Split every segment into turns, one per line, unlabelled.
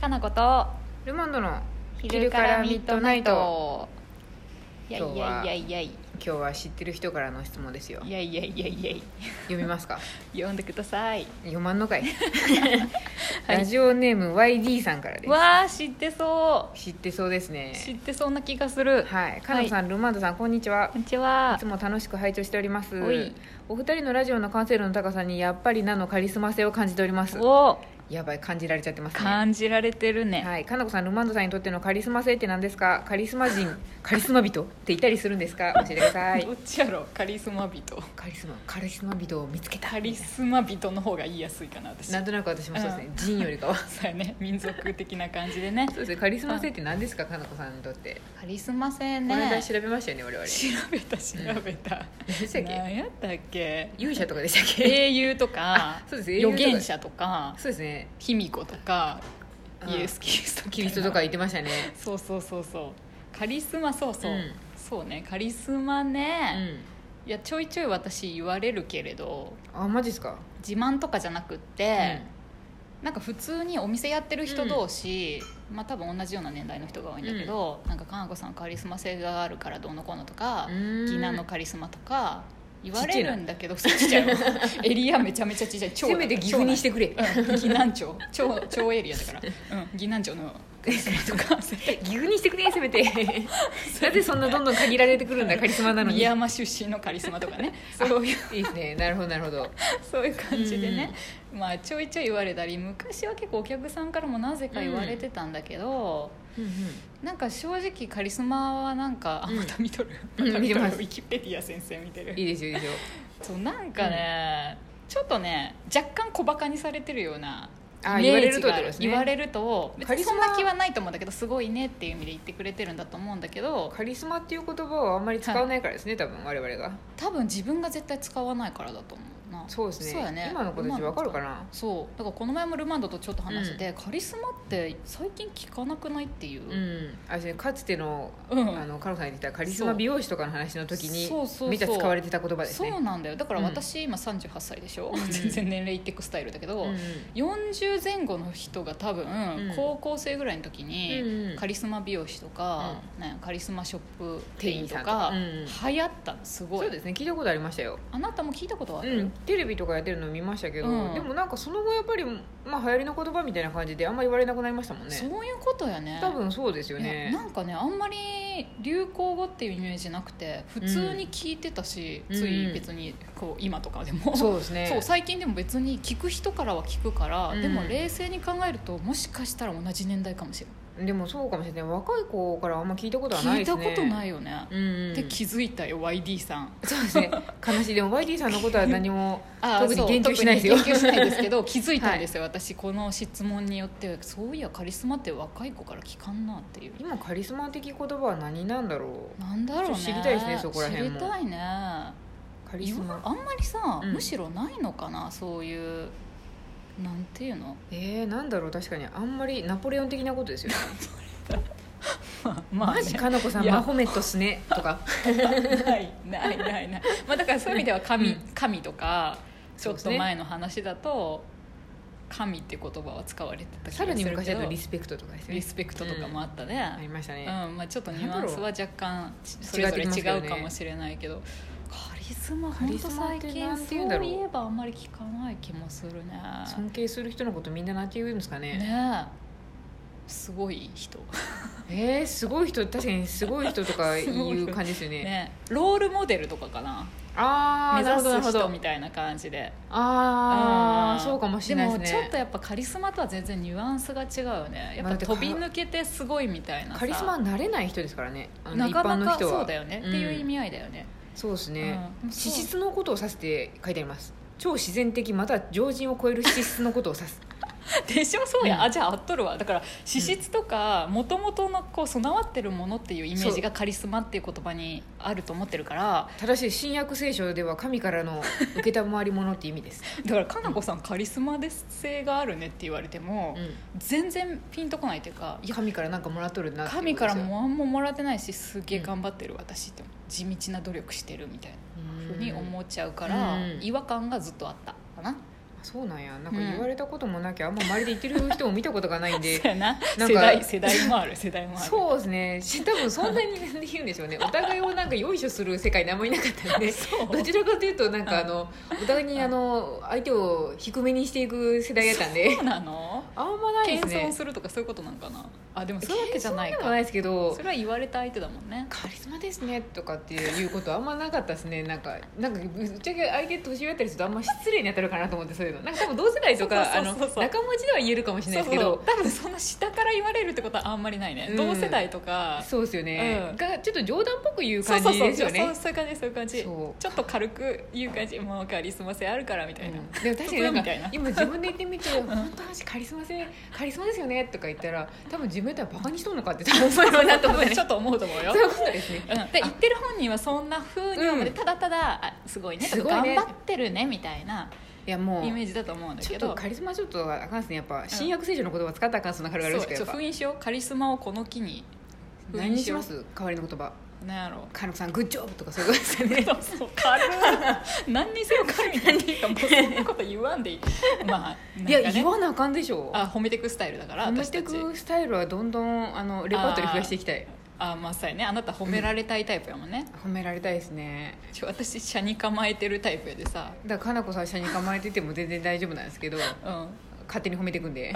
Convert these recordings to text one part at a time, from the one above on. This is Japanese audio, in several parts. かなこと
ルマンドの
昼からミッドナイトいやいやいやいやい
今日は知ってる人からの質問ですよ
やいやいやいやい
読み ますか
読んでください
読まんのかい、ラジオネーム YD さんからです
わあ知ってそ
知ってそうですね
う知ってそうな気がする
はいかなこさん、ルマンドさんこんにちは
こんにちはい
つも楽しく拝聴しております
おい
お二人のラジオの完成度の高さにやっぱりなのカリスマ性を感じております
お
やばい感じられちゃってますね
感じられてるね
はい、かなこさん、ルマンドさんにとってのカリスマ性って何ですかカリスマ人、カリスマ人っていたりするんですか教えてください
どっちやろカリスマ人
カリスマ、カリスマ人を見つけた
カリスマ人の方が言いやすいかな私
なんとなく私もそうですね、人よりかは
そうやね民族的な感じでね
そうですねカリスマ性って何ですかかなこさんにとって、
カリスマ性
この間
ね
調べましたよね我々
調べた調べた
何でしたっけ
何やったっけ
勇者とかでした っけ、
英雄とか
そうです
預言者とか
そうですね
卑弥呼とか
あ
イエス・キリスト
キリストとか言ってましたね
そうそうそうそうカリスマそうそう、
うん
そうねカリスマ
う
ね、
ん
いやちょいちょい私言われるけれど
あマジですか、
自慢とかじゃなくって、なんか普通にお店やってる人同士、まあ多分同じような年代の人が多いんだけど、なんかかなこさんカリスマ性があるからどうのこうのとか
う、ん
ギナのカリスマとか言われるんだけどそうちっちゃいのエリアめちゃめちゃちっちゃい
せめて岐阜にしてくれ
うん岐南町超超エリア だから、うん、岐南町のとか
岐阜にしてくれせめ てなぜそんなどんどん限られてくるんだカリスマなのに
宮山出身のカリスマとか ねそういう
いいですねなるほどなるほど
そういう感じでね、まあ、ちょいちょい言われたり昔は結構お客さんからもなぜか言われてたんだけど、なんか正直カリスマはなんかあ
うん
また見とる、
うん
また
見てます
ウィキペディア先生見てる
いいですよいいですよ
そうなんかね、ちょっとね若干小バカにされてるような
あ
イメ
言われ
ー
る
ジ
と
が
っ
あ
て
る
ことですね
言われると別
カリ
に
スマ
そんな気はないと思うんだけどすごいねっていう意味で言ってくれてるんだと思うんだけど
カリスマっていう言葉をあんまり使わないからですね、多分我々が
多分自分が絶対使わないからだと思うな
そうですね
やね
今の子たちわかるかな
そうだからこの前もルマンドとちょっと話してて、カリスマって最近聞かなくないっていう、
うん、あれねかつての,、
うん
あのカロさんが言ってたカリスマ美容師とかの話の時に
そうそうそう
めちゃ使われてた言葉ですね
そうなんだよだから
うん
私今38歳でしょ、
うん
全然年齢いってくスタイルだけど、
うん
40前後の人が多分、
ん
高校生ぐらいの時に、
うんうん
カリスマ美容師とか、なんやカリスマショップ店員とか、
店員さ
流行ったのすご
そう
い
ですね聞いたことありましたよ、
あなたも聞いたことはある、
うん、テレビとかやってるの見ましたけど、
うん
でもなんかその後やっぱり、まあ、流行りの言葉みたいな感じであんまり言われなくなりましたもんね
そういうことやね
多分そうですよ
いや
ね
なんかねあんまり流行語っていうイメージなくて普通に聞いてたし、
うん
つい別にこう今とかでも
そうですね
そう最近でも別に聞く人からは聞くから、
うん
でも冷静に考えるともしかしたら同じ年代かもしれな
でもそうかもしれない若い子からあんま聞いたことはいない
聞い
です
た
ね、
ことないいよね、
うんうん、
で気づいたよ YD さん
そうですね悲しいでも YD さんのことは何も
あー
特に
そう
言及しないですよ
特に言及しないです けど気づいたんですよ、私この質問によってそういやカリスマって若い子から聞かんなっていう
今カリスマ的言葉は何なんだろ
なんだろうね
ちょっと知りたいですねそこら辺も
知りたいね
うカリスマ
今あんまりさ、
うん
むしろないのかなそういうなんていうの
えー、なんだろう確かにあんまりナポレオン的なことですよ、ね、
ま
マジかなこさん
いや
マホメットっすねとか
ないないないない、まあ、だからそういう意味では神,、
うん
神とかち
そう
ょ
で
っ
す
と
ね
前の話だと、神って言葉は使われてた気がす
さ
る
ら
け
に
ど
昔だとリ
リス
スペクトとかですね
ペクトとかもあったね
あ、りました
うん
ね、
まあ、ちょっとニュアンスは若干それぞれ
違ってきます
違
よ
う
ね
かもしれないけどカリスマ
カ
本
リ
当
スマっ
最
て
近
なんて言うんだ
そ
ろ
う
う
いえばあんまり聞かない気もするね
尊敬する人のことみんななんて言うんですかね
ねえすごい人
えー、すごい人確かにすごい人とかい
すごい人
う感じですよね
ねロールモデルとかかな
あ
目
あなるほどなる
指す
ほ
人
ど
みたいな感じで
あ
ん
あそうかもしれないです
でもちょ
ね
っとやっぱカリスマとは全然ニュアンスが違うよねやっ
ま
ぱ
あだって
飛び抜けてすごいみたいなさ
カリスマはなれない人ですからねあの
なか
一般
な
の
か
人は
そうだよね、っていう意味合いだよね
そうですね、
うん
資質のことを指して書いてあります超自然的または常人を超える資質のことを指す
でしょそうや、
うん
あじゃあ合っとるわだから資質とかもともとのこう備わってるものっていうイメージがカリスマっていう言葉にあると思ってるから
ただし新約聖書では神からの承り物って意味です、
だからかなこさんカリスマ性があるねって言われても、
う
全然ピンとこないというかい
ん、
や
神からなんかもらっとるなってい
神
うこ
か
とで
ら
すよ
も何ももらってないしすげえ頑張ってる私って地道な努力してるみたいなふうに
うん
思っちゃうから
うん
違和感がずっとあったかな
そうなんやなんか言われたこともなきゃ、あんま周りで言ってる人も見たことがないんで
そうやな
なん
世
か
代世代もある世代もある
そうですねし多分そんなになんて言うんでしょうねお互いをなんかよいしょする世界にあんまりなかったんで
そう
どちらかというとなんかあのお互いにあの相手を低めにしていく世代やったん で
そうなの
あんまないです
謙遜
ね
するとかそういうことなんかなあでもそういうわけじゃない
謙遜で
か
もないですけど
それは言われた相手だもんね
カリスマですねとかっていうことあんまなかったですねなんかなんかぶっちゃけ相手年上やったりするとあんま失礼に当たるかなと思ってそういうのなんか多分同世代とか
そ
あ
うそう
の
そうそう
仲間内では言えるかもしれないですけ
そう
ど
多分そんな下から言われるってことはあんまりないね、
うん
同世代とか
そうですよね、
うん
がちょっと冗談っぽく言う
そう
感
そう
じ
そう
ですよね
そうそういう感じそういう感じ
そう
ちょっと軽く言う感じもうカリスマ性あるからみたいな、
うんで も確かになん
みたい
か
な
今自分で言ってみて「本当私カリスマ性カリスマですよね」とか言ったら多分自分やったらバカにしとんのかって多分思うよなと思 って、ね、
ちょっと思うと思うよ
そういうことですね
うん、で言ってる本人はそんなふうに思って、
うん
ただただあすごいねとか
すごいね
頑張ってるねみたいない
やもう
イメージだと思うんだ
ちょ
け
っ
ど
とカリスマちょっとあかんっすねやっぱ新約聖書の言葉使ったらあかんっすな軽々しくや
そう
っ
ちょ
ぱ
封印しようカリスマをこの機に
何にし
よう
ます代わりの言葉
なんやろ
「カノさんグッジョブ」とかそういうことです よね
そうそう軽い何にせよ軽い何にかもうそんなこと言わんでいいまあなんか、ね、
いや言わなあかんでしょ
あ褒めてくスタイルだから
褒め
私
て
たち
くスタイルはどんどんあのレパートリー増やしていきたい
あまあそうやねあなた褒められたいタイプやもんね、
褒められたいですね
ちょ私車に構えてるタイプやでさ
だからかなこさん下に構えてても全然大丈夫なんですけど
うん
勝手に褒めてくんで
家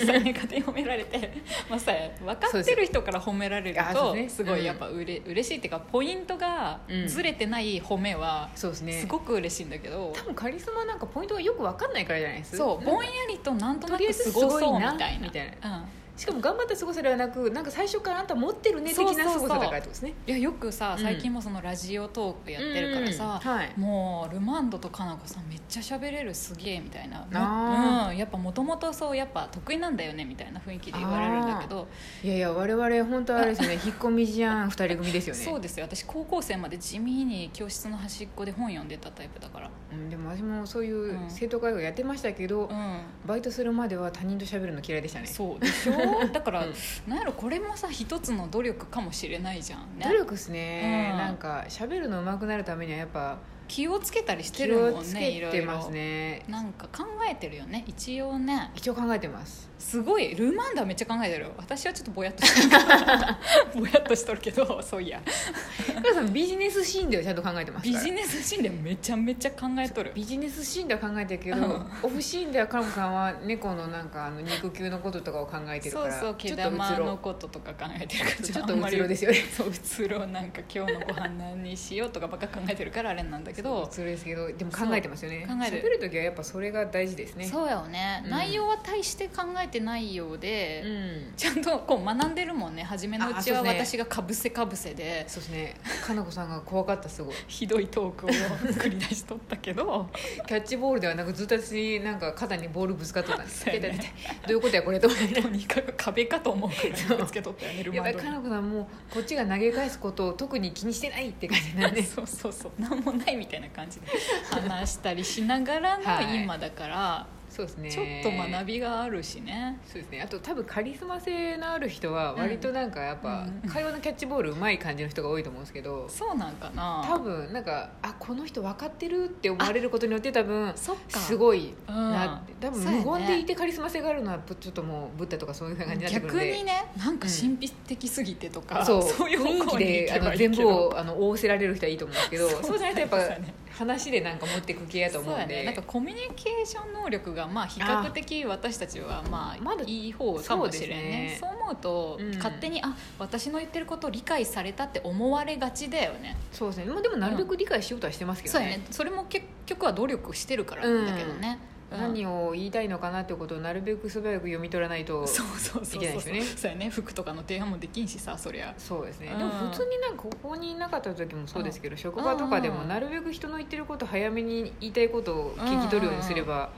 庭さんに勝手に褒められて、まあ、さ分かってる人から褒められる
あそう
と
です
す
ね
ごいやっぱうれ、嬉しいっていうかポイントが
うん
ずれてない褒めは
そうですね
すごく嬉しいんだけど、
多分カリスマなんかポイントがよくわかんないからじゃないです
そうぼんやりとなんとなくすごそうみたいな
とりあえずすごいなみたい
うん
しかも頑張った凄さではなくなんか最初からあんた持ってるね的
そうそう
な
そう
凄さだからってことですね
いやよくさ
うん
最近もそのラジオトークやってるからさ、
うんはい
もうルマンドとかなこさんめっちゃ喋れるすげえみたいな
あ
うん、やっぱもともとそうやっぱ得意なんだよねみたいな雰囲気で言われるんだけど、
いやいや我々本当あれですね引っ込み思案二人組です よね
そうですよ私高校生まで地味に教室の端っこで本読んでたタイプだから、
うんでも私もそういうん生徒会をやってましたけど、
う
バイトするまでは他人と喋るの嫌いでした
ん、
ね
そうでし ょだから、
うん
なんやろこれもさ一つの努力かもしれないじゃんね
努力っすね、
うん
なんか喋るの上手くなるためにはやっぱ
気をつけたりして
気
る
を
もん
つ
ねい
け
ろ
て
い
ます
ろ
ね
なんか考えてるよね一応ね
一応考えてます
すごいルーマンダはめっちゃ考えてるよ私はちょっとぼやっとしてるからぼやっとしとるけ どそういや
福田さんビジネスシーンではちゃんと考えてます
ビ
から
ジネスシーンでめちゃめちゃ考えとる
ビジネスシーンでは考えてるけど、
うん
オフシーンではカラムさんは猫のなんかあの肉球のこととかを考えてるか
そう
ら
そう毛
ちょっとう
玉
つ
の
ろ
こととか考えてるから
ちょっ
あ
と
ん
う
ま
つ
り
ろですよね
そううつろなんか今日のご飯何にしようとかばっか考えてるからあれなんだけ
う
ど
つろですけどでも考えてますよね
そう考えてる
喋る時はやっぱそれが大事ですね
そうやよね、
うん
内容は大して考えてないようで、
ん
ちゃんとこう学んでるもんね初めのうちは
あそうです
私がかぶせかぶせで
そうですねかなこさんが怖かったすごい
ひどいトークを繰り出しとったけ ど
キャッチボールではなくずっと私なんか肩にボールぶつかっとったんです
そうやね
痛い痛い痛いどういうことやこれと思って
とにかく壁かと思うくらいぶつけとったよねル
や
マ
っぱ
ン
り
ドに
かなこさんもこっちが投げ返すことを特に気にしてないって感じなんで
そうそうそう何もないみたいな感じで話したりしながら
は
の
い
今だから、
そうですね
ちょっと学びがあるしね
そうですねあと多分カリスマ性のある人は割となんかやっぱ
うん
会話のキャッチボールうまい感じの人が多いと思うんですけど
そうなんかな
多分なんかあこの人分かってるって思われることによって多分
そっか
すごい
うん
なって多分無
そうやね
言でいてカリスマ性があるのはちょっともうブッダとかそういう感じになってくるん
逆
で
にねなんか神秘的すぎてとか、
そう
そういう
雰囲
方
気
向に行
であ
けば
の
いい
全
け
部
ど
をあの覆わせられる人はいいと思うんですけどそうじゃないとや っ
そうだ
ぱ
ね
話でなんか持ってく系やと思
そう
うん
やね、なん
で
か。コミュニケーション能力がまあ比較的私たちはまあ
まだ
いい方かもしれんね
そ
そう思うと、
うん
勝手にあ私の言ってることを理解されたって思われがちだよね
そうですね。もうでもなるべく理解しようとはしてますけど
そうやねそれも結局は努力してるからだけどね、うん
何を言いたいのかなってことをなるべく素早く読み取らないと
そうそうそうそう
いけないですよね
そうやね服とかの提案もできんしさそりゃ
そうですね、
うん
でも普通になんかここにいなかった時もそうですけど、職場とかでも
うん
なるべく人の言ってること早めに言いたいことを聞き取るようにすれば、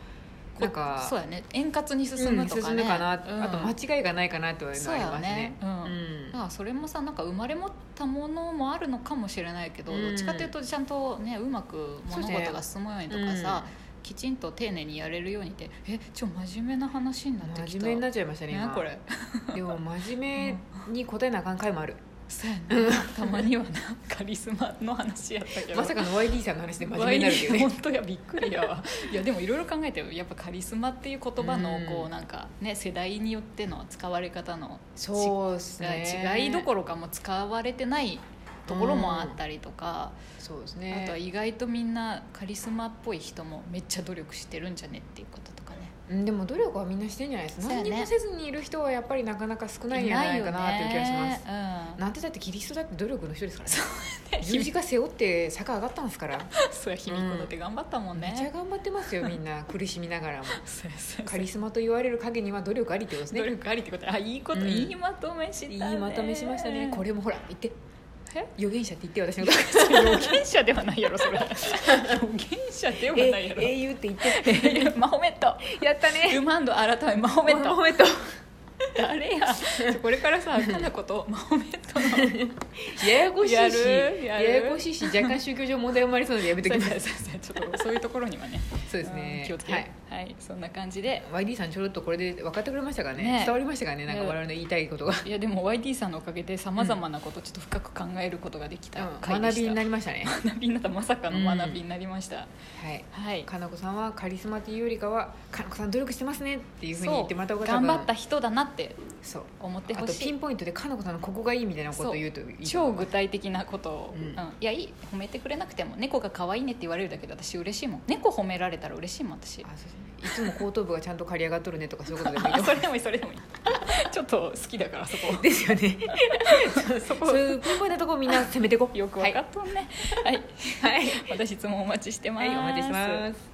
こ
なんか
そうやね円滑に進
う
む
ん
とか
進
ね、
むかな、
うん
あと間違いがないかなとはいうの
そう
はあり
や
ます
ね
ね、
うん
うん
だからそれもさなんか生まれ持ったものもあるのかもしれないけど、
うん
どっちかというとちゃんとねうまく物
そうね
事が進むようにとかさ、きちんと丁寧にやれるようにってえちょ真面目な話になってきた
真面目になっちゃいましたね
ね
今
これ
でも真面目に答えなあかん回もある、
そうやなたまにはなカリスマの話やったけど
まさかの YD さんの話で真面目になるけ
YD
どね
本当やびっくりやわいやでもいろいろ考えてやっぱカリスマっていう言葉の
うん
こうなんかね世代によっての使われ方の
そうです
が
ね
違いどころかもう使われてないところもあったりとか、
そうです
あとは
ね
意外とみんなカリスマっぽい人もめっちゃ努力してるんじゃねっていうこととかね
うんでも努力はみんなしてんじゃないですか、
そうやね
何にもせずにいる人はやっぱりなかなか少ないんじゃないかなっていう気がします
いないよね
なんてだってキリストだって努力の一人ですからね
うん
十字架背負って坂上がったんですから、
そうや卑弥呼だって頑張ったもん
めっちゃ
ね、
頑張ってます よみんな苦しみながらも
そうやそうや
カリスマと言われる陰には努力ありってことです
努
ね
力ありってことあいいこと、
うん
いいまとめした
い
ね
いまとめしましたねこ
れ
れもほら言って
え
預言者って言って私のこと
予言者ではないやろそれ予言者ではないやろ
英雄って言って
マホメット
やった
ウマンド改めマホメッ
マホ
ト
メット
誰やこれからさかなことマホメットの
ややこしいし
やるや
や
る
やこしいし若干宗教上問題生まれそうなのでやめと
そ
き
う
ま
そ
す
うそうちょっとそういうところにはね
そうですね
ん気をつけ
は
はいい、はい、そんな感じで
YD さんちょろっとこれで分かってくれましたかね
ね
伝わりましたかねなんか我々の言いたいことが、
いやでも YD さんのおかげでさまざまなことちょっと深く考えることができた
うん
回で
学
し
びに
た、
なりましたね
学びになったまさかの学びになりました、
はい
はい
かなこさんはカリスマというよりかはかなこさん努力してますねっていうふうに
そ
言
う
ってもらった方が多
頑
分
張った人だなって
そう
思って
あ
ほ
と
し
ピ
い
ンポイントでかなこさんのここがいいみたいなことを言うといいと思
超
う
具体的なことを、
うん
うんいやいい褒めてくれなくても猫が可愛いねって言われるだけで私嬉しいもん猫褒められたら嬉しいもん私
あそうですねいつも後頭部がちゃんと刈り上がっとるねとかそういうことでもいいと
あ
思
それでもいいそれでもいいちょっと好きだからそこ
うですよね
そこ
そういうピンポイントなとこみん な攻めてこう
よく分かっとんねはい、
はい、
私質問お待ちしてます、
はい、お待ちしてます